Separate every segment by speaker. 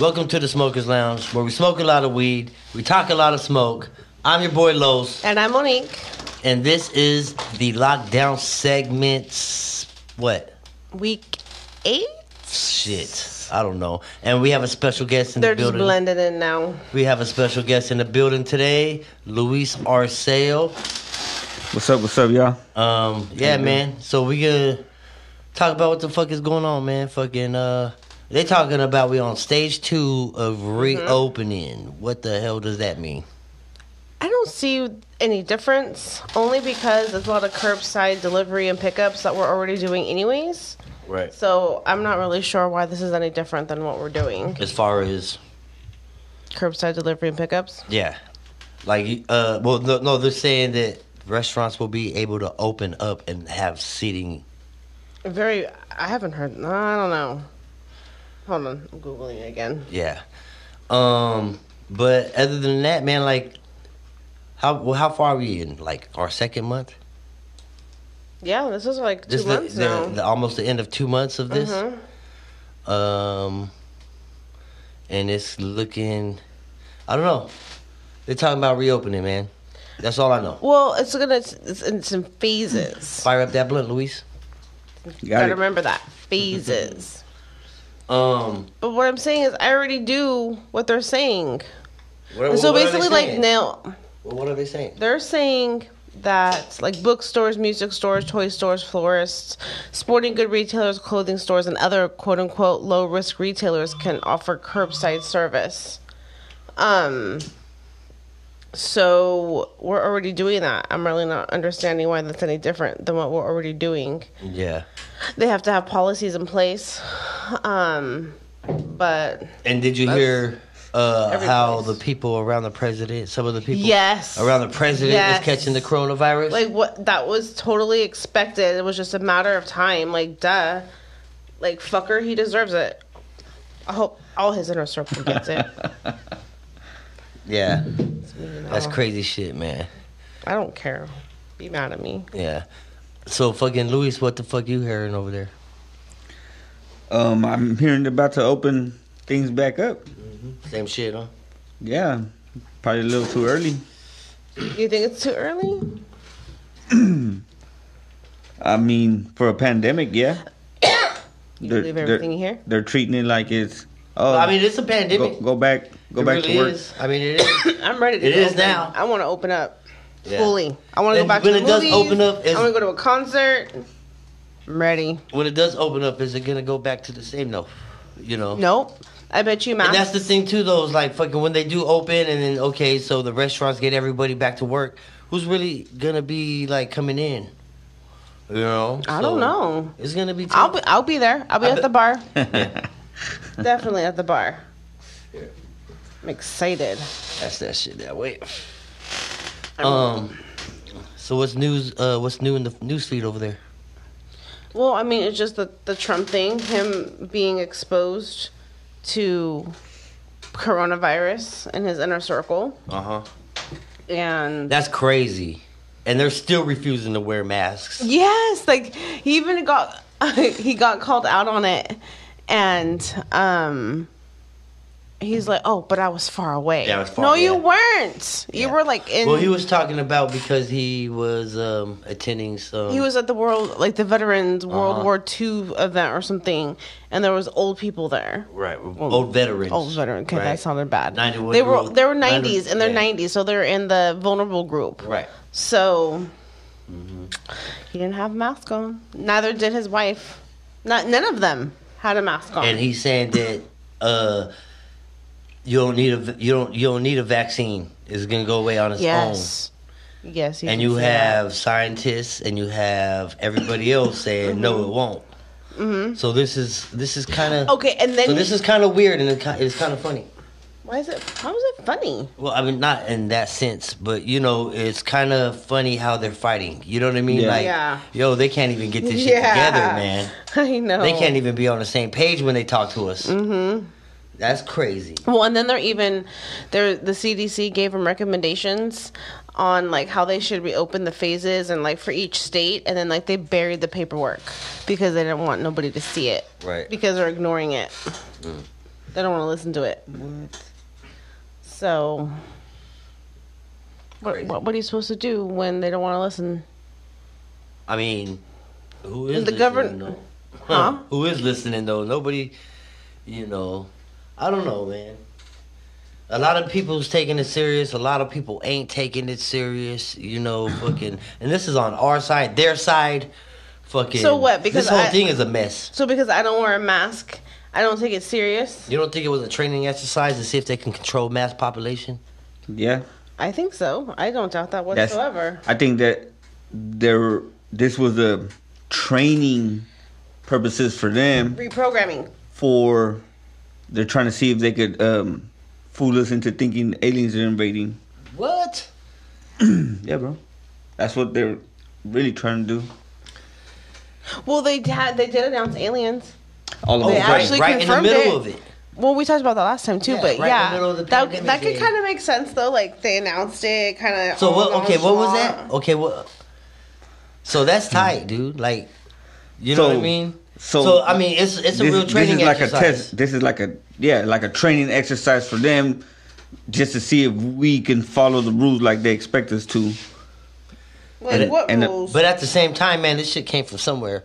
Speaker 1: Welcome to the Smokers Lounge, where we smoke a lot of weed, we talk a lot of smoke. I'm your boy Los,
Speaker 2: And I'm Monique.
Speaker 1: and this is the lockdown segments. What?
Speaker 2: Week eight?
Speaker 1: Shit. I don't know. And we have a special guest in
Speaker 2: They're
Speaker 1: the
Speaker 2: just
Speaker 1: building.
Speaker 2: blended in now.
Speaker 1: We have a special guest in the building today, Luis Arceo.
Speaker 3: What's up? What's up, y'all?
Speaker 1: Um, yeah, man. So we gonna talk about what the fuck is going on, man. Fucking uh, they talking about we on stage two of
Speaker 2: Mm-hmm.
Speaker 1: reopening. What the hell does that mean?
Speaker 2: I don't see any difference, only because there's a lot of curbside delivery and pickups that we're already doing, anyways.
Speaker 1: Right.
Speaker 2: So I'm not really sure why this is any different than what we're doing.
Speaker 1: As far as
Speaker 2: Curbside delivery and pickups.
Speaker 1: yeah, like uh, well, no, no, they're saying that restaurants will be able to open up and have seating.
Speaker 2: Very. I haven't heard. no, I don't know. Hold on. I'm Googling it again.
Speaker 1: Yeah. Um, but other than that, man, like. How, well, how far are we in? Like our second month?
Speaker 2: Yeah, this is like two
Speaker 1: This is the,
Speaker 2: months now.
Speaker 1: the, the, almost the end of two months of this.
Speaker 2: Mhm.
Speaker 1: Um, and it's looking. I don't know. They're talking about reopening, man. That's all I know.
Speaker 2: Well, it's gonna. It's, it's in some phases.
Speaker 1: Fire up that blunt, Luis.
Speaker 2: Gotta
Speaker 3: You got it.
Speaker 2: remember that phases.
Speaker 1: Um,
Speaker 2: But what I'm saying is, I already do what they're saying.
Speaker 1: what-
Speaker 2: And so
Speaker 1: what are they
Speaker 2: basically, like
Speaker 1: saying?
Speaker 2: now,
Speaker 1: Well, what are they saying?
Speaker 2: they're saying that like bookstores, music stores, toy stores, florists, sporting good retailers, clothing stores, and other quote unquote low risk retailers can offer curbside service. Um. So we're already doing that. I'm really not understanding why that's any different than what we're already doing
Speaker 1: Yeah,
Speaker 2: they have to have policies in place. Um, but
Speaker 1: and did you hear uh,
Speaker 2: every
Speaker 1: how
Speaker 2: place.
Speaker 1: the people around the president, some of the people
Speaker 2: yes,
Speaker 1: around the president,
Speaker 2: Yes.
Speaker 1: is catching the coronavirus?
Speaker 2: like what that was totally expected. It was just a matter of time. Like duh, like fucker, he deserves it. I hope all his inner circle gets it.
Speaker 1: yeah, that's
Speaker 2: Oh,
Speaker 1: crazy shit, man.
Speaker 2: I don't care. Be mad at me.
Speaker 1: Yeah. So fucking Luis, what the fuck you hearing over there?
Speaker 3: Um, I'm hearing they're about to open things back up.
Speaker 1: Same shit, huh?
Speaker 3: Yeah, probably a little too early.
Speaker 2: You think it's too early?
Speaker 3: I mean, for a pandemic, yeah.
Speaker 2: You
Speaker 3: They're-
Speaker 2: believe
Speaker 3: they're-
Speaker 2: everything you hear?
Speaker 3: They're treating it like it's oh,
Speaker 1: I mean, it's a pandemic.
Speaker 3: go, go back, go
Speaker 1: It
Speaker 3: back
Speaker 1: really
Speaker 3: to work.
Speaker 1: is. I mean, it is.
Speaker 2: I'm ready to
Speaker 1: It is
Speaker 2: open.
Speaker 1: now.
Speaker 2: I want to open up
Speaker 1: Yeah.
Speaker 2: fully. I want to
Speaker 1: And
Speaker 2: go back
Speaker 1: when
Speaker 2: to
Speaker 1: it
Speaker 2: the
Speaker 1: does
Speaker 2: movies.
Speaker 1: open up, it's-
Speaker 2: I want to go to a concert. I'm ready.
Speaker 1: When it does open up, is it gonna go back to the same though? You know.
Speaker 2: Nope. I bet you
Speaker 1: And
Speaker 2: masks.
Speaker 1: that's the thing too, though. Is like fucking when they do open, and then okay, so the restaurants get everybody back to work. Who's really gonna be like coming in? You know.
Speaker 2: I
Speaker 1: So,
Speaker 2: don't know.
Speaker 1: It's gonna be. tough.
Speaker 2: I'll be I'll be there. I'll be
Speaker 1: I
Speaker 2: at
Speaker 1: bet-
Speaker 2: the bar. Definitely at the bar. I'm excited.
Speaker 1: That's that shit that way. Um. So what's news? Uh, what's new in the news feed over there?
Speaker 2: Well, I mean, it's just the the Trump thing, him being exposed to coronavirus in his inner circle,
Speaker 1: Uh huh.
Speaker 2: and
Speaker 1: That's crazy, and they're still refusing to wear masks.
Speaker 2: Yes, like he even got he got called out on it, and um, he's like, "Oh, but I was far away."
Speaker 1: Yeah, I was far-
Speaker 2: no, you
Speaker 1: yeah.
Speaker 2: weren't. You
Speaker 1: Yeah.
Speaker 2: were like in.
Speaker 1: Well, he was talking about because he was um, attending some.
Speaker 2: He was at the world, like the veterans World
Speaker 1: Uh-huh.
Speaker 2: War II event or something, and there was old people there.
Speaker 1: right old veterans.
Speaker 2: Old veteran. Okay,
Speaker 1: right?
Speaker 2: that sounded bad.
Speaker 1: 91
Speaker 2: They
Speaker 1: year
Speaker 2: were
Speaker 1: old-
Speaker 2: they were
Speaker 1: 90
Speaker 2: nineties and they're
Speaker 1: yeah.
Speaker 2: nineties, so they're in the vulnerable group.
Speaker 1: Right. Mm-hmm.
Speaker 2: So he didn't have a mask on. Neither did his wife. Not none of them had a mask on.
Speaker 1: And he's saying that uh, you don't need a v- you don't you don't need a vaccine. It's gonna go away on its
Speaker 2: yes, yes.
Speaker 1: own.
Speaker 2: He
Speaker 1: And
Speaker 2: did
Speaker 1: you
Speaker 2: say that.
Speaker 1: have scientists and you have everybody else saying no, it won't. So this is this is kind of
Speaker 2: Mm-hmm. okay. And then
Speaker 1: So this
Speaker 2: he-
Speaker 1: is kind of weird and it ki- it's kind of funny.
Speaker 2: why is it? How is it funny?
Speaker 1: Well, I mean, not in that sense, but you know, it's kind of funny how they're fighting. You know what I mean?
Speaker 3: Yeah.
Speaker 1: Like,
Speaker 2: Yeah.
Speaker 1: yo, they can't even get this shit together, man.
Speaker 2: I know
Speaker 1: They can't even be on the same page when they talk to us. Mm-hmm. That's crazy.
Speaker 2: Well, and then they're even they're the CDC gave them recommendations on like how they should reopen the phases and like for each state, and then like they buried the paperwork because they didn't want nobody to see it
Speaker 1: Right. Mm.
Speaker 2: because they're ignoring it. They don't want to listen to it.
Speaker 3: What?
Speaker 2: So, what,
Speaker 1: Crazy.
Speaker 2: what, what are you supposed to do when they don't want to listen?
Speaker 1: I mean, who is
Speaker 2: The
Speaker 1: listening,
Speaker 2: govern-
Speaker 1: though?
Speaker 2: Huh?
Speaker 1: who is listening though? Nobody, you know. I don't know, man. A lot of people's taking it serious. A lot of people ain't taking it serious. You know, fucking. And this is on our side, their side. Fucking.
Speaker 2: So what? Because
Speaker 1: this whole
Speaker 2: I-
Speaker 1: thing is a mess.
Speaker 2: So, because I don't wear a mask, I don't take it serious?
Speaker 1: You don't think it was a training exercise to see if they can control mass population?
Speaker 3: Yeah,
Speaker 2: I think so. I don't doubt that
Speaker 3: That's-
Speaker 2: whatsoever.
Speaker 3: I think that there this was a training purposes for them
Speaker 2: Reprogramming.
Speaker 3: for they're trying to see if they could um, fool us into thinking aliens are invading.
Speaker 1: What?
Speaker 3: Yeah, bro, that's what they're really trying to do.
Speaker 2: Well, they had they did announce aliens.
Speaker 3: All of
Speaker 1: Oh,
Speaker 2: They
Speaker 3: them.
Speaker 1: right,
Speaker 2: actually
Speaker 1: right in the
Speaker 2: confirmed
Speaker 1: middle
Speaker 2: it.
Speaker 1: of it.
Speaker 2: Well, we talked about that last time too,
Speaker 1: Yeah,
Speaker 2: but
Speaker 1: right in the
Speaker 2: yeah,
Speaker 1: middle of the
Speaker 2: that
Speaker 1: pandemic,
Speaker 2: that could
Speaker 1: yeah.
Speaker 2: kind of make sense though. Like they announced it, kind of.
Speaker 1: So what? Okay, what was that? Okay, what? So that's tight, dude. Like, you know what
Speaker 3: Hmm. So-
Speaker 1: I mean? So,
Speaker 3: so-
Speaker 1: I mean, it's it's a
Speaker 3: this,
Speaker 1: real
Speaker 3: this
Speaker 1: training
Speaker 3: is like
Speaker 1: exercise.
Speaker 3: a test. This is like a yeah, like a training exercise for them, just to see if we can follow the rules like they expect us to.
Speaker 2: Like
Speaker 3: And-
Speaker 2: what
Speaker 3: and the-
Speaker 2: rules?
Speaker 1: But at the same time, man, this shit came from somewhere.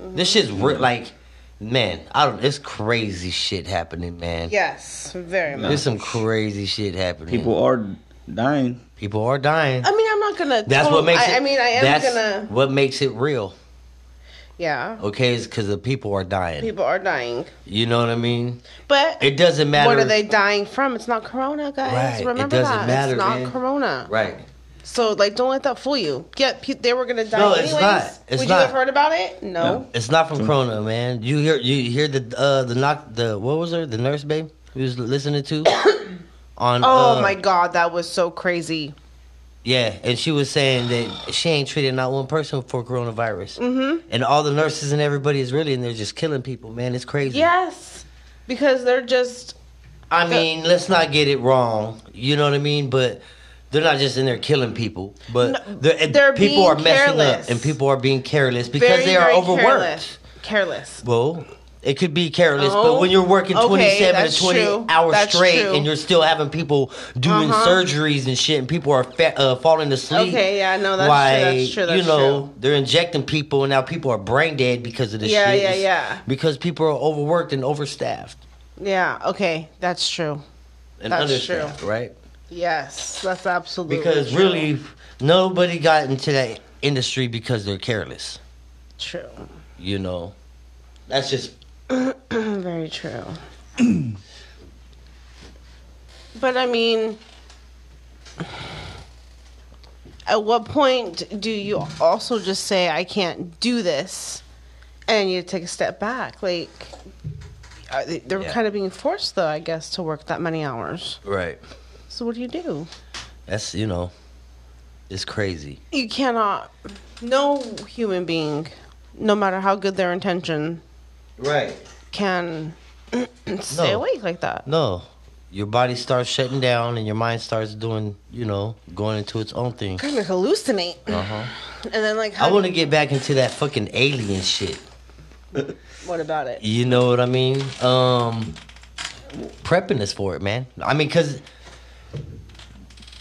Speaker 2: Mm-hmm.
Speaker 1: This shit's re- like, man, I don't. It's crazy shit happening, man.
Speaker 2: yes, very much.
Speaker 1: There's some crazy shit happening.
Speaker 3: People
Speaker 2: Hmm.
Speaker 3: are dying.
Speaker 1: people are dying.
Speaker 2: I mean, I'm not gonna.
Speaker 1: That's
Speaker 2: total-
Speaker 1: what makes
Speaker 2: Uh, I,
Speaker 1: it.
Speaker 2: I mean, I am
Speaker 1: that's
Speaker 2: gonna.
Speaker 1: What makes it real?
Speaker 2: Yeah,
Speaker 1: Okay, is because the people are dying.
Speaker 2: people are dying,
Speaker 1: You know what I mean?
Speaker 2: but
Speaker 1: It doesn't matter.
Speaker 2: what are they dying from? It's not corona, guys.
Speaker 1: Right, it
Speaker 2: Remember
Speaker 1: doesn't
Speaker 2: that.
Speaker 1: matter,
Speaker 2: it's not
Speaker 1: man.
Speaker 2: corona.
Speaker 1: Right.
Speaker 2: So like, don't let that fool you. Yeah, pe- they were gonna die.
Speaker 1: No, it's
Speaker 2: anyways.
Speaker 1: not. It's
Speaker 2: Would
Speaker 1: not.
Speaker 2: you have heard about it? No.
Speaker 1: It's not from Corona, man. You hear you hear the uh the knock the what was her the nurse babe we was listening to on
Speaker 2: Oh
Speaker 1: uh,
Speaker 2: my god, that was so crazy.
Speaker 1: yeah and she was saying that she ain't treated not one person for coronavirus
Speaker 2: Mm-hmm.
Speaker 1: and all the nurses and everybody is really in there just killing people man it's crazy
Speaker 2: Yes, because they're just
Speaker 1: I mean let's not get it wrong you know what I mean but they're not just in there killing people but
Speaker 2: No,
Speaker 1: they're,
Speaker 2: they're
Speaker 1: people
Speaker 2: being
Speaker 1: are messing
Speaker 2: careless.
Speaker 1: up and people are being careless because
Speaker 2: very,
Speaker 1: they are
Speaker 2: very
Speaker 1: overworked.
Speaker 2: Careless. careless.
Speaker 1: Well, it could be careless,
Speaker 2: Oh,
Speaker 1: but when you're working 27
Speaker 2: okay, that's
Speaker 1: to 20
Speaker 2: true.
Speaker 1: hours
Speaker 2: That's
Speaker 1: straight
Speaker 2: true.
Speaker 1: and you're still having people doing
Speaker 2: Uh-huh.
Speaker 1: surgeries and shit and people are fa- uh, falling asleep.
Speaker 2: Okay, yeah, no, that's
Speaker 1: why,
Speaker 2: true. That's true. That's
Speaker 1: you know, they're injecting people and now people are brain dead because of
Speaker 2: true.
Speaker 1: this
Speaker 2: Yeah,
Speaker 1: shit.
Speaker 2: yeah,
Speaker 1: It's
Speaker 2: yeah,
Speaker 1: Because people are overworked and overstaffed
Speaker 2: yeah. Okay, that's true.
Speaker 1: and
Speaker 2: That's
Speaker 1: understaffed, right?
Speaker 2: Yes, that's absolutely
Speaker 1: Because
Speaker 2: true.
Speaker 1: really, nobody got into that industry because they're careless,
Speaker 2: true,
Speaker 1: you know. That's just
Speaker 2: very true. but I mean, at what point do you also just say I can't do this, and you take a step back? Like uh, they- they're
Speaker 1: Yeah.
Speaker 2: kind of being forced, though, I guess, to work that many hours.
Speaker 1: right.
Speaker 2: So what do you do?
Speaker 1: That's, you know, it's crazy.
Speaker 2: you cannot no human being no matter how good their intention
Speaker 1: Right.
Speaker 2: can stay
Speaker 1: No.
Speaker 2: awake like that
Speaker 1: No. Your body starts shutting down and your mind starts doing, you know, going into its own thing.
Speaker 2: kind of hallucinate
Speaker 1: Uh-huh.
Speaker 2: and then like how
Speaker 1: I want to get back into that fucking alien shit.
Speaker 2: what about it
Speaker 1: You know what I mean? Um prepping us for it, man. I mean cuz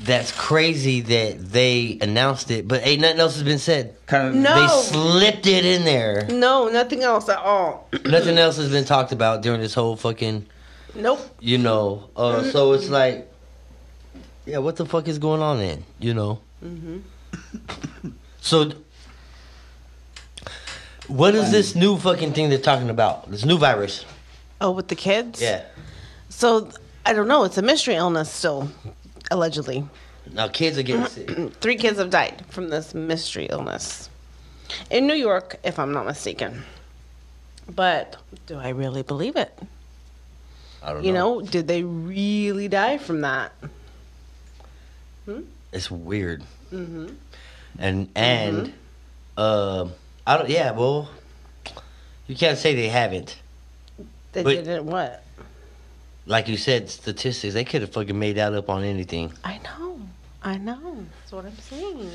Speaker 1: that's crazy that they announced it, but ain't nothing else has been said.
Speaker 3: Kind of.
Speaker 2: No.
Speaker 1: They slipped it in there.
Speaker 2: no nothing else at all
Speaker 1: nothing else has been talked about during this whole fucking
Speaker 2: nope
Speaker 1: you know. Uh,
Speaker 2: Mm-hmm.
Speaker 1: so it's like, yeah, what the fuck is going on then? You know.
Speaker 2: Mm-hmm.
Speaker 1: so, what is this new fucking thing they're talking about? This new virus?
Speaker 2: oh with the kids
Speaker 1: Yeah.
Speaker 2: so i don't know it's a mystery illness still allegedly
Speaker 1: Now kids are
Speaker 2: Uh-huh.
Speaker 1: getting sick.
Speaker 2: three kids have died from this mystery illness in new york if i'm not mistaken but do i really believe it
Speaker 1: I don't
Speaker 2: you know did they really die from that
Speaker 1: It's weird.
Speaker 2: Mm-hmm.
Speaker 1: And and, um, I don't. Yeah, well, you can't say they haven't.
Speaker 2: They
Speaker 1: But-
Speaker 2: didn't what?
Speaker 1: Like you said, statistics. They could have fucking made that up on anything.
Speaker 2: I know. I know. That's what I'm saying.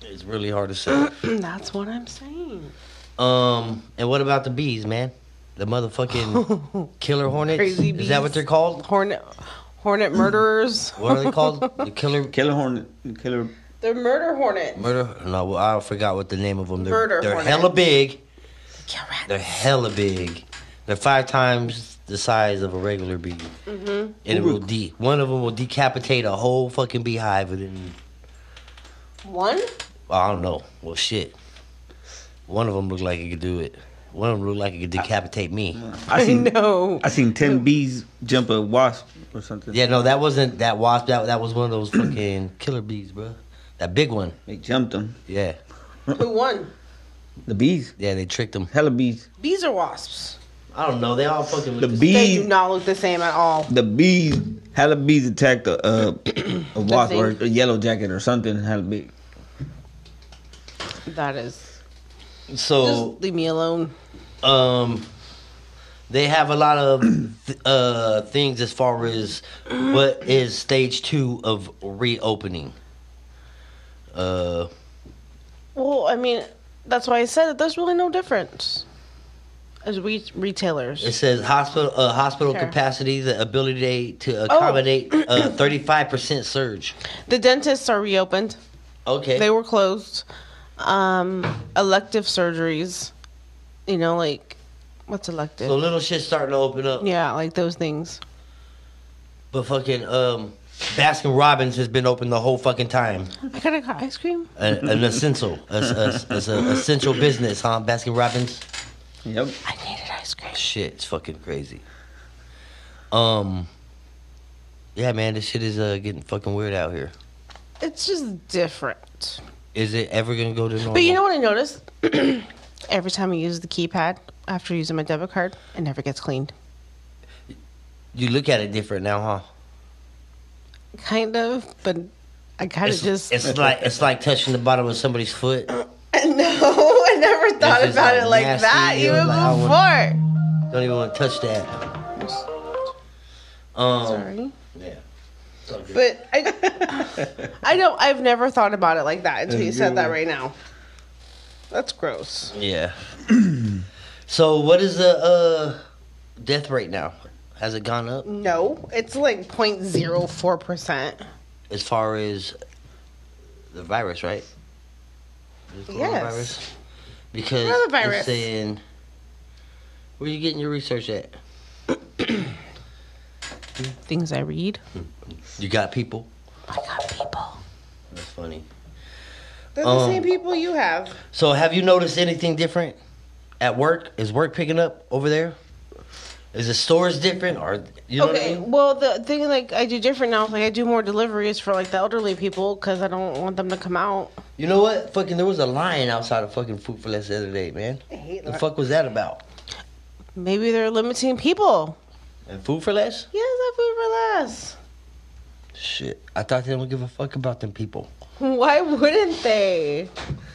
Speaker 1: It's really hard to say.
Speaker 2: That's what I'm saying.
Speaker 1: Um, and what about the bees, man? The motherfucking killer hornets.
Speaker 2: Crazy
Speaker 1: Is that what
Speaker 2: bees.
Speaker 1: they're called? Mm.
Speaker 2: Hornet, hornet murderers.
Speaker 1: What are they called? The killer
Speaker 3: Killer Hornet, Killer.
Speaker 2: They're murder hornets.
Speaker 1: murder? No, well, I forgot what the name of them. They're,
Speaker 2: Murder
Speaker 1: They're
Speaker 2: hornets.
Speaker 1: hella big.
Speaker 2: Yeah, right.
Speaker 1: They're hella big. They're five times the size of a regular bee, mm-hmm. and it will de- one of them will decapitate a whole fucking beehive within
Speaker 2: One?
Speaker 1: I don't know. Well, shit. One of them looked like it could do it. One of them looked like it could decapitate me.
Speaker 3: I
Speaker 2: I
Speaker 3: seen.
Speaker 2: know.
Speaker 3: I seen ten bees jump a wasp or something.
Speaker 1: Yeah, no, that wasn't that wasp. That that was one of those fucking killer bees, bro. That big one.
Speaker 3: They jumped them.
Speaker 1: Yeah,
Speaker 2: Who won?
Speaker 3: The bees.
Speaker 1: yeah, they tricked them.
Speaker 3: Hella bees.
Speaker 2: Bees or wasps?
Speaker 1: I don't know. They all fucking.
Speaker 3: The
Speaker 1: look the
Speaker 2: They
Speaker 3: bees.
Speaker 2: do not look the same at all.
Speaker 3: the bees. Hella bees attacked a uh, a wasp or
Speaker 2: thing.
Speaker 3: a yellow jacket or something. Hella big.
Speaker 2: That is.
Speaker 1: so Oh.
Speaker 2: Just leave me alone.
Speaker 1: um, they have a lot of th- uh things as far as what is stage two of reopening. Uh,
Speaker 2: Well, I mean, that's why I said that there's really no difference as re- retailers.
Speaker 1: It says hospital uh, hospital
Speaker 2: Sure. Oh.
Speaker 1: capacity, the ability to accommodate uh thirty five percent surge.
Speaker 2: the dentists are reopened.
Speaker 1: Okay.
Speaker 2: They were closed. Um, elective surgeries, you know, like what's elective?
Speaker 1: so little shit's starting to open up.
Speaker 2: yeah, like those things.
Speaker 1: But fucking um, Baskin Robbins has been open the whole fucking time.
Speaker 2: I got a ice cream.
Speaker 1: An, an essential, as an essential business, huh? Baskin Robbins.
Speaker 3: Yep.
Speaker 2: I needed ice cream.
Speaker 1: Shit, it's fucking crazy. Um. Yeah, man, this shit is uh, getting fucking weird out here.
Speaker 2: It's just different.
Speaker 1: Is it ever gonna go to normal?
Speaker 2: But you know what I noticed? Every time I use the keypad after using my debit card, it never gets cleaned.
Speaker 1: you look at it different now, huh?
Speaker 2: Kind of, but I kind of
Speaker 1: It's,
Speaker 2: just
Speaker 1: it's like it's like touching the bottom of somebody's foot.
Speaker 2: No, I never thought
Speaker 1: It's just,
Speaker 2: about
Speaker 1: like,
Speaker 2: it like
Speaker 1: nasty,
Speaker 2: that
Speaker 1: you know,
Speaker 2: even
Speaker 1: like, I wouldn't-
Speaker 2: before.
Speaker 1: Don't even want to touch that. Um,
Speaker 2: Sorry.
Speaker 1: Yeah.
Speaker 2: But I, I don't. I've never thought about it like that until you said that right now. That's gross.
Speaker 1: Yeah. so what is the uh, death rate now? Has it gone up
Speaker 2: No, it's like 0.04 percent.
Speaker 1: as far as the virus, right? The
Speaker 2: Yes.
Speaker 1: coronavirus? Because
Speaker 2: Another
Speaker 1: it's
Speaker 2: virus.
Speaker 1: saying, where you getting your research at?
Speaker 2: Things I read.
Speaker 1: You got people.
Speaker 2: I got people.
Speaker 1: That's funny.
Speaker 2: They're the
Speaker 1: Um,
Speaker 2: same people you have.
Speaker 1: So have you noticed anything different at work? Is work picking up over there? Is the stores different, or you know what I
Speaker 2: Okay.
Speaker 1: mean?
Speaker 2: Well, the thing like I do different now is like I do more deliveries for like the elderly people because I don't want them to come out.
Speaker 1: You know what? Fucking, there was a lion outside of fucking Food for Less the other day, man.
Speaker 2: I hate
Speaker 1: The
Speaker 2: that.
Speaker 1: fuck was that about?
Speaker 2: Maybe they're limiting people.
Speaker 1: And Food for Less?
Speaker 2: Yes, I food for less.
Speaker 1: Shit, I thought they don't give a fuck about them people.
Speaker 2: Why wouldn't they?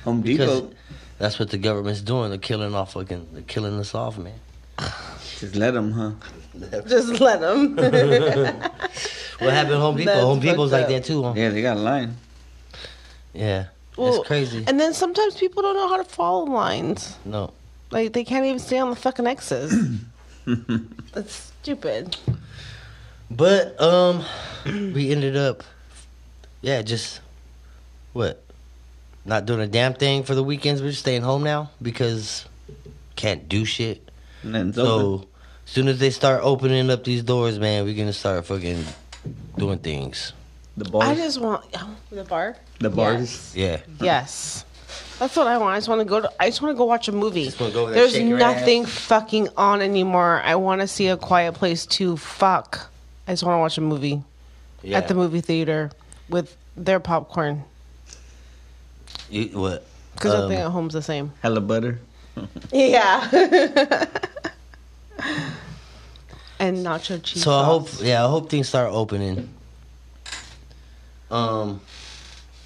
Speaker 3: Home
Speaker 1: Because
Speaker 3: Depot.
Speaker 1: that's what the government's doing. They're killing off fucking, they're killing us off, man.
Speaker 3: Just let them, huh?
Speaker 2: Just let them.
Speaker 1: What happened at Home Depot?
Speaker 2: That's
Speaker 1: Home Depot's
Speaker 2: fucked
Speaker 1: like
Speaker 2: up.
Speaker 1: that too, huh?
Speaker 3: Yeah, they got a line.
Speaker 1: Yeah. it's crazy.
Speaker 2: And then sometimes people don't know how to follow lines.
Speaker 1: No.
Speaker 2: Like they can't even stay on the fucking X's. That's stupid.
Speaker 1: But, um, we ended up, yeah, just, what? Not doing a damn thing for the weekends. We're just staying home now because can't do shit.
Speaker 3: And then it's open.
Speaker 1: So, as soon as they start opening up these doors, man, we're gonna start fucking doing things.
Speaker 3: the
Speaker 2: I
Speaker 3: bars.
Speaker 2: just want oh, the bar.
Speaker 3: the bars.
Speaker 1: Yeah.
Speaker 2: Yes. That's what I want. I just want to go to. I just want to go watch a movie.
Speaker 1: Just wanna go over there,
Speaker 2: There's
Speaker 1: shake your
Speaker 2: nothing fucking on anymore. I want to see a Quiet Place too. Fuck. I just want to watch a movie
Speaker 1: yeah.
Speaker 2: at the movie theater with their popcorn
Speaker 1: You, what?
Speaker 2: because
Speaker 1: Um,
Speaker 2: nothing at home's the same.
Speaker 3: Hella butter.
Speaker 2: Yeah. and nacho cheese.
Speaker 1: So I hope,
Speaker 2: sauce.
Speaker 1: yeah, I hope things start opening. Um,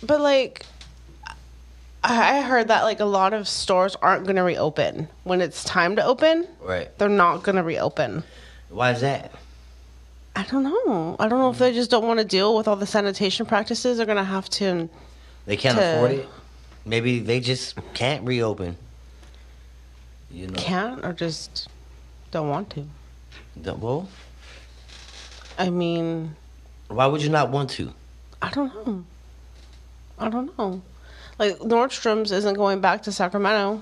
Speaker 2: But like, I I heard that like a lot of stores aren't going to reopen when it's time to open.
Speaker 1: right.
Speaker 2: They're not going to reopen.
Speaker 1: Why is that?
Speaker 2: I don't know. I don't know if they just don't want to deal with all the sanitation practices. They're going to have to.
Speaker 1: They can't
Speaker 2: To-
Speaker 1: afford it. Maybe they just can't reopen. You know.
Speaker 2: Can't or just Don't want to.
Speaker 1: Don't- Well,
Speaker 2: I mean,
Speaker 1: why would you not want to?
Speaker 2: I don't know. I don't know. Like Nordstrom's isn't going back to Sacramento.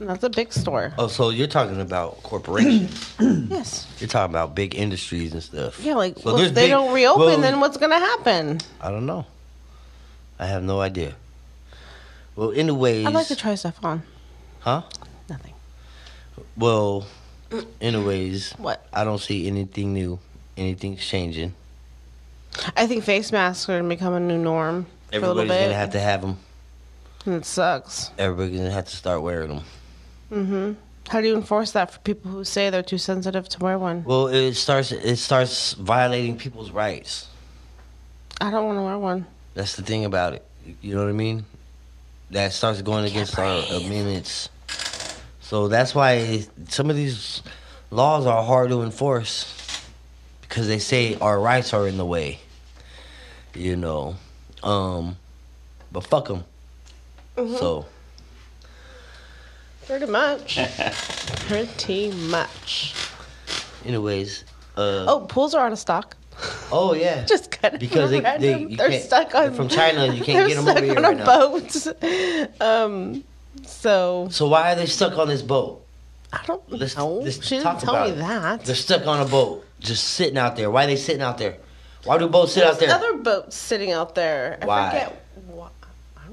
Speaker 2: And that's a big store.
Speaker 1: Oh, so you're talking about corporations.
Speaker 2: Yes.
Speaker 1: you're talking about big industries and stuff.
Speaker 2: Yeah, like
Speaker 1: So
Speaker 2: well,
Speaker 1: there's
Speaker 2: if they
Speaker 1: big-
Speaker 2: don't reopen,
Speaker 1: well,
Speaker 2: then what's gonna happen?
Speaker 1: I don't know. I have no idea. Well, anyways,
Speaker 2: I'd like to try stuff on.
Speaker 1: huh?
Speaker 2: Nothing.
Speaker 1: Well, anyways,
Speaker 2: Mm. What?
Speaker 1: I don't see anything new. Anything's changing.
Speaker 2: I think face masks are gonna become a new norm for a little
Speaker 1: Everybody's
Speaker 2: bit.
Speaker 1: gonna have to have them.
Speaker 2: and it sucks.
Speaker 1: Everybody's gonna have to start wearing them.
Speaker 2: hmm How do you enforce that for people who say they're too sensitive to wear one?
Speaker 1: Well, it starts. It starts violating people's rights.
Speaker 2: I don't want to wear one.
Speaker 1: That's the thing about it. You know what I mean? That starts going against our amendments. So that's why some of these laws are hard to enforce because they say our rights are in the way. You know, um, but fuck them.
Speaker 2: Mm-hmm.
Speaker 1: So
Speaker 2: Pretty much. Pretty much.
Speaker 1: Anyways, uh, oh,
Speaker 2: Oh, pools are out of stock.
Speaker 1: yeah,
Speaker 2: Oh. Just kind of
Speaker 1: Because they-
Speaker 2: random.
Speaker 1: they- you
Speaker 2: are
Speaker 1: can't-
Speaker 2: stuck on
Speaker 1: they're from China, you can't
Speaker 2: they're
Speaker 1: get 'em
Speaker 2: stuck
Speaker 1: over here
Speaker 2: on
Speaker 1: right
Speaker 2: a
Speaker 1: now.
Speaker 2: boat. Um, so
Speaker 1: so why are they stuck on this boat?
Speaker 2: I don't
Speaker 1: Let's-
Speaker 2: know.
Speaker 1: let's
Speaker 2: she didn't
Speaker 1: talk
Speaker 2: tell
Speaker 1: about
Speaker 2: me
Speaker 1: it.
Speaker 2: that.
Speaker 1: They're stuck on a boat, just sitting out there. Why are they sitting out there? Why do boats sit out there? Is
Speaker 2: Other boats sitting out there. I
Speaker 1: Why?
Speaker 2: forget why.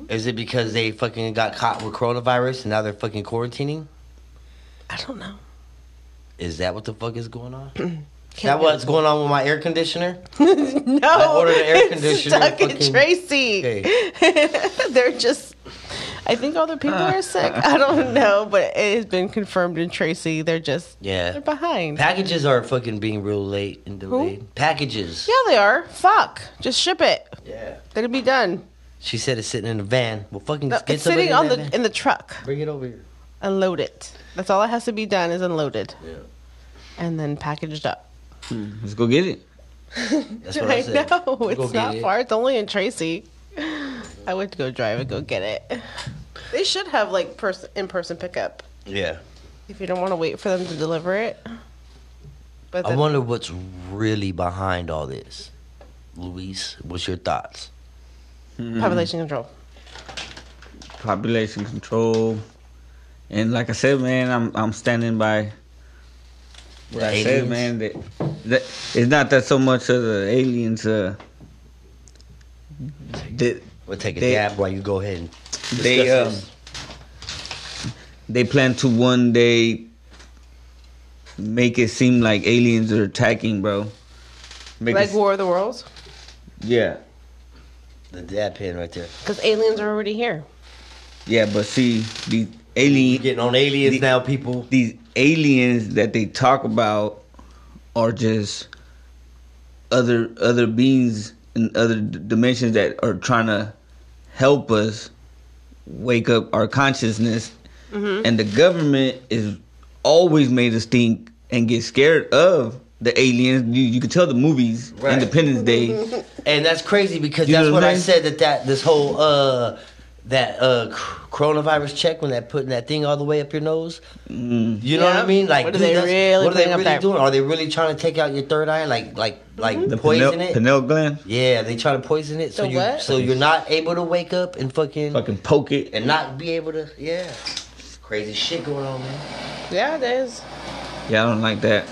Speaker 1: it because they fucking got caught with coronavirus and now they're fucking quarantining?
Speaker 2: I don't know.
Speaker 1: Is that what the fuck is going on? Is that
Speaker 2: Can't
Speaker 1: what's going on with my air conditioner?
Speaker 2: no,
Speaker 1: I ordered an air
Speaker 2: it's
Speaker 1: conditioner,
Speaker 2: Stuck
Speaker 1: fucking-
Speaker 2: in Tracy. They're just. I think other people are sick. I don't know, but it has been confirmed in Tracy. They're just.
Speaker 1: Yeah.
Speaker 2: They're behind.
Speaker 1: Packages are fucking being real late and delayed. Packages.
Speaker 2: yeah, they are. Fuck. Just ship it.
Speaker 1: Yeah.
Speaker 2: It'll be done.
Speaker 1: She said it's sitting in the van. Well, fucking
Speaker 2: No,
Speaker 1: get
Speaker 2: it's
Speaker 1: somebody
Speaker 2: sitting
Speaker 1: in
Speaker 2: on
Speaker 1: that
Speaker 2: the
Speaker 1: van.
Speaker 2: in the truck.
Speaker 1: Bring it over here.
Speaker 2: Unload it. That's all that has to be done is unloaded
Speaker 1: Yeah.
Speaker 2: and then packaged up.
Speaker 1: Hmm.
Speaker 3: Let's go get it.
Speaker 1: That's what I, said.
Speaker 2: know
Speaker 1: Go
Speaker 2: it's
Speaker 1: get
Speaker 2: not
Speaker 1: it.
Speaker 2: far. It's only in Tracy. I went to go drive and go get it. They should have like person in person pickup
Speaker 1: Yeah.
Speaker 2: if you don't want to wait for them to deliver it. But
Speaker 1: I
Speaker 2: then,
Speaker 1: wonder what's really behind all this. Luis, what's your thoughts? Mm-hmm.
Speaker 2: Mm-hmm. population control.
Speaker 3: population control. And like I said, man, I'm I'm standing by what
Speaker 1: The
Speaker 3: I
Speaker 1: aliens?
Speaker 3: said, man. That, that it's not that so much of the aliens. Uh, they
Speaker 1: We'll take a
Speaker 3: They-
Speaker 1: dab while you go ahead and
Speaker 3: they um,
Speaker 1: discuss
Speaker 3: they plan to one day make it seem like aliens are attacking, bro. Make
Speaker 2: Like
Speaker 3: it-
Speaker 2: War of the Worlds,
Speaker 3: yeah,
Speaker 1: this. the dab pen right there.
Speaker 2: because aliens are already here.
Speaker 3: yeah. But see, the
Speaker 1: You
Speaker 3: alien
Speaker 1: getting on aliens
Speaker 3: The-
Speaker 1: now, people?
Speaker 3: these aliens that they talk about are just other other beings in other d- dimensions that are trying to help us wake up our consciousness
Speaker 1: Mm-hmm.
Speaker 3: and the government is always made us think and get scared of the aliens you, you can tell the movies
Speaker 1: Right.
Speaker 3: independence day
Speaker 1: And that's crazy because
Speaker 3: You know
Speaker 1: that's
Speaker 3: what
Speaker 1: what I
Speaker 3: I'm
Speaker 1: said that that this whole uh that uh cr- coronavirus check when that putting that thing all the way up your nose.
Speaker 3: Mm.
Speaker 1: You know what I
Speaker 2: Yeah.
Speaker 1: mean? Like
Speaker 2: What are
Speaker 1: dude,
Speaker 2: they
Speaker 1: that's-
Speaker 2: really
Speaker 1: what are they
Speaker 2: putting up Mm-hmm.
Speaker 1: really
Speaker 2: there?
Speaker 1: doing? Are they really trying to take out your third eye like like like
Speaker 3: the
Speaker 1: poison
Speaker 3: pineal,
Speaker 1: it?
Speaker 3: pineal gland
Speaker 1: Yeah, they try to poison it so
Speaker 2: The
Speaker 1: you
Speaker 2: what?
Speaker 1: so you're not able to wake up and fucking
Speaker 3: fucking poke it
Speaker 1: and not be able to yeah. Crazy shit going on, man.
Speaker 2: Yeah, it is.
Speaker 3: yeah i don't like that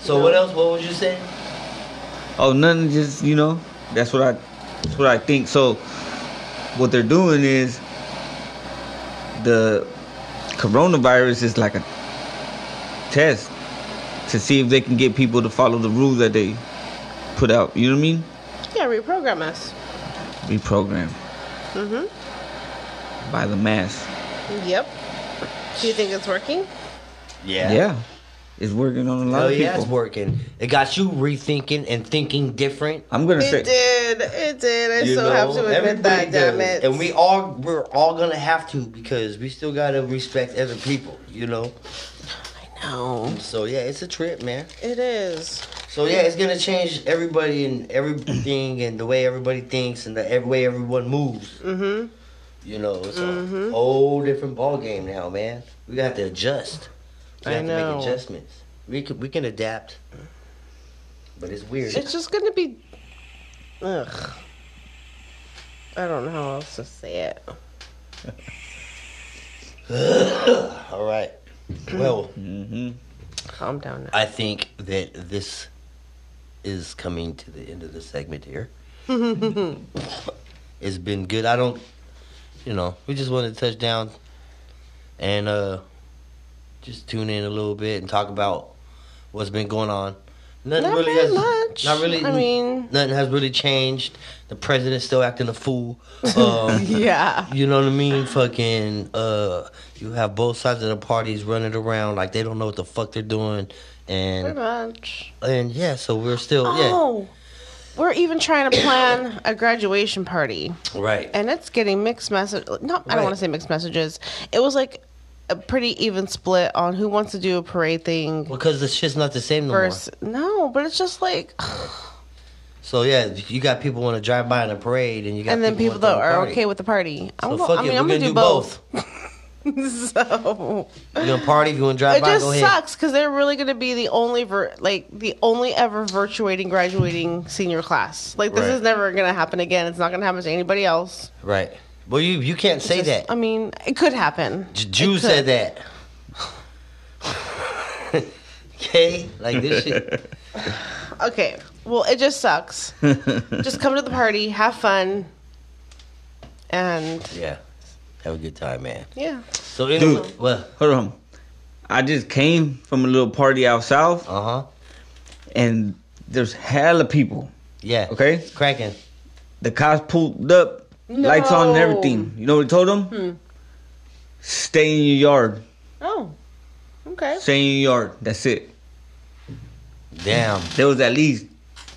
Speaker 1: So what else? What was you saying?
Speaker 3: Oh, nothing. Just you know, that's what I, that's what I think. So, what they're doing is the coronavirus is like a test to see if they can get people to follow the rules that they put out. You know what I mean?
Speaker 2: Yeah, reprogram us.
Speaker 3: Reprogram.
Speaker 1: Mm-hmm.
Speaker 3: By the mask.
Speaker 2: Yep. Do you think it's working?
Speaker 1: Yeah.
Speaker 3: Yeah. It's working on a lot
Speaker 1: Hell
Speaker 3: of
Speaker 1: yeah,
Speaker 3: people.
Speaker 1: it's working. It got you rethinking and thinking different.
Speaker 3: I'm gonna
Speaker 2: It
Speaker 3: say
Speaker 2: did. It did. I
Speaker 1: You
Speaker 2: so
Speaker 1: know,
Speaker 2: have to admit
Speaker 1: everybody
Speaker 2: that. Damn
Speaker 1: does.
Speaker 2: it.
Speaker 1: And we all we're all gonna have to because we still gotta respect other people, you know.
Speaker 2: No,
Speaker 1: So yeah, it's a trip, man.
Speaker 2: it is.
Speaker 1: So yeah, it's gonna change everybody and everything and the way everybody thinks and the every way everyone moves.
Speaker 2: Mm-hmm.
Speaker 1: You know, it's a whole different ball game now, man. We got to adjust. We
Speaker 2: I
Speaker 1: have to
Speaker 2: know.
Speaker 1: make adjustments. We can we can adapt. But it's weird.
Speaker 2: It's just gonna be. Ugh. I don't know how else to say it.
Speaker 1: All right. Well,
Speaker 3: Mm-hmm.
Speaker 2: Calm down now.
Speaker 1: I think that this is coming to the end of the segment here. it's been good. I don't, you know, we just wanted to touch down and uh just tune in a little bit and talk about what's been going on. Nothing
Speaker 2: Not very much.
Speaker 1: Not really.
Speaker 2: I mean-
Speaker 1: nothing has really changed. The president's still acting a fool. Um,
Speaker 2: yeah.
Speaker 1: You know what I mean? Fucking, uh, you have both sides of the parties running around like they don't know what the fuck they're doing,
Speaker 2: Pretty
Speaker 1: and
Speaker 2: much.
Speaker 1: and yeah, so we're still
Speaker 2: Oh, we're even trying to plan a graduation party,
Speaker 1: yeah, right,
Speaker 2: and it's getting mixed message. No, I
Speaker 1: Right.
Speaker 2: don't want to say mixed messages. It was like a pretty even split on who wants to do a parade thing
Speaker 1: because the shit's not the same no
Speaker 2: versus no, but it's just like,
Speaker 1: more. So yeah, you got people want to drive by in a parade, and you got
Speaker 2: and then people
Speaker 1: want their
Speaker 2: that
Speaker 1: own
Speaker 2: are
Speaker 1: party.
Speaker 2: okay with the party. I'm
Speaker 1: So
Speaker 2: go-
Speaker 1: fuck
Speaker 2: I
Speaker 1: it,
Speaker 2: mean,
Speaker 1: we're
Speaker 2: I'm
Speaker 1: gonna
Speaker 2: do
Speaker 1: do both.
Speaker 2: both. so
Speaker 1: You gonna party if you want to drive
Speaker 2: it
Speaker 1: by?
Speaker 2: just
Speaker 1: go ahead.
Speaker 2: sucks because they're really going to be the only vir- like the only ever virtuating graduating senior class like this
Speaker 1: Right.
Speaker 2: is never going to happen again it's not going to happen to anybody else
Speaker 1: Right. Well, you you can't say that.
Speaker 2: Just- i mean it could happen
Speaker 1: J- Jew
Speaker 2: It
Speaker 1: said
Speaker 2: could.
Speaker 1: that. okay, like this shit.
Speaker 2: okay well it just sucks just come to the party have fun and
Speaker 1: Yeah. Have a good time, man.
Speaker 2: yeah
Speaker 1: So anyway,
Speaker 3: Dude.
Speaker 1: well,
Speaker 3: Hold on. I just came from a little party out south,
Speaker 1: uh huh.
Speaker 3: and there's hella people.
Speaker 1: Yeah.
Speaker 3: Okay.
Speaker 1: It's cracking.
Speaker 3: The cops pulled up, lights on and
Speaker 2: No.
Speaker 3: everything. You know what I told them?
Speaker 1: Hmm.
Speaker 3: Stay in your yard.
Speaker 2: oh okay
Speaker 3: Stay in your yard. That's it.
Speaker 1: Damn.
Speaker 3: There was at least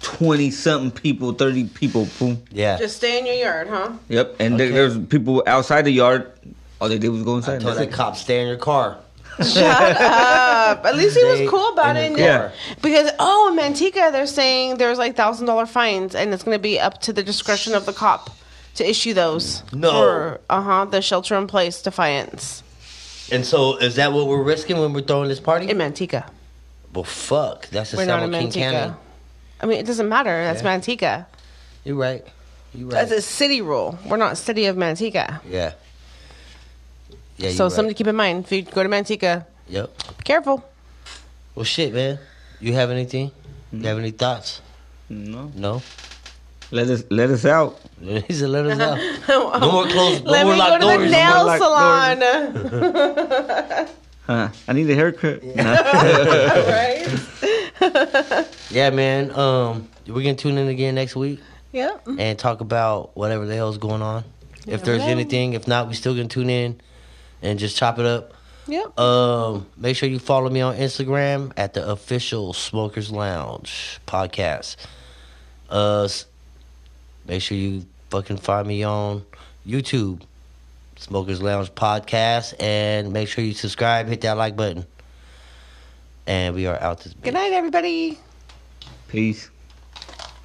Speaker 3: twenty something people, thirty people. Boom.
Speaker 1: Yeah.
Speaker 2: just stay in your yard huh
Speaker 3: Yep. And there
Speaker 1: Okay.
Speaker 3: there's people outside the yard. All they did was go
Speaker 1: I
Speaker 3: inside.
Speaker 1: told
Speaker 3: That's
Speaker 1: that
Speaker 3: it.
Speaker 1: cop stay in your car.
Speaker 2: Shut up. Uh, At least he
Speaker 1: They-
Speaker 2: was cool about
Speaker 1: in
Speaker 2: it.
Speaker 1: the
Speaker 2: and-
Speaker 3: car.
Speaker 2: Because oh, in Manteca, they're saying there's like thousand dollar fines, and it's going to be up to the discretion of the cop to issue those.
Speaker 1: No.
Speaker 2: uh huh. The shelter in place defiance
Speaker 1: And so, is that what we're risking when we're throwing this party?
Speaker 2: in Manteca.
Speaker 1: Well, fuck. That's the
Speaker 2: We're not
Speaker 1: San
Speaker 2: in
Speaker 1: Joaquin
Speaker 2: Manteca.
Speaker 1: County.
Speaker 2: I mean, it doesn't matter. That's
Speaker 1: Yeah.
Speaker 2: Manteca.
Speaker 1: You're right. You're right.
Speaker 2: That's a city rule. We're not city of Manteca.
Speaker 1: yeah. Yeah.
Speaker 2: so
Speaker 1: you're
Speaker 2: something
Speaker 1: right.
Speaker 2: to keep in mind. If you go to Manteca,
Speaker 1: Yep.
Speaker 2: be careful.
Speaker 1: Well, shit, man. You have anything? You have any thoughts?
Speaker 3: No.
Speaker 1: No.
Speaker 3: Let us let us out.
Speaker 1: He said, "Let us know." No more closed. No
Speaker 2: Let
Speaker 1: more
Speaker 2: me go
Speaker 1: locked
Speaker 2: to the
Speaker 1: doors.
Speaker 2: nail
Speaker 3: locked
Speaker 2: salon.
Speaker 3: Huh. I need a haircut.
Speaker 2: right?
Speaker 1: yeah, man. Um, we're gonna tune in again next week
Speaker 2: Yeah.
Speaker 1: and talk about whatever the hell's going on. If
Speaker 2: Never
Speaker 1: there's
Speaker 2: know.
Speaker 1: anything, if not, we still gonna tune in and just chop it up.
Speaker 2: Yep.
Speaker 1: Um, make sure you follow me on Instagram at the official Smokers Lounge podcast. Uh, s- make sure you fucking find me on YouTube, Smokers Lounge podcast, and make sure you subscribe, hit that like button, and we are out this.
Speaker 2: Good night, everybody.
Speaker 3: Peace.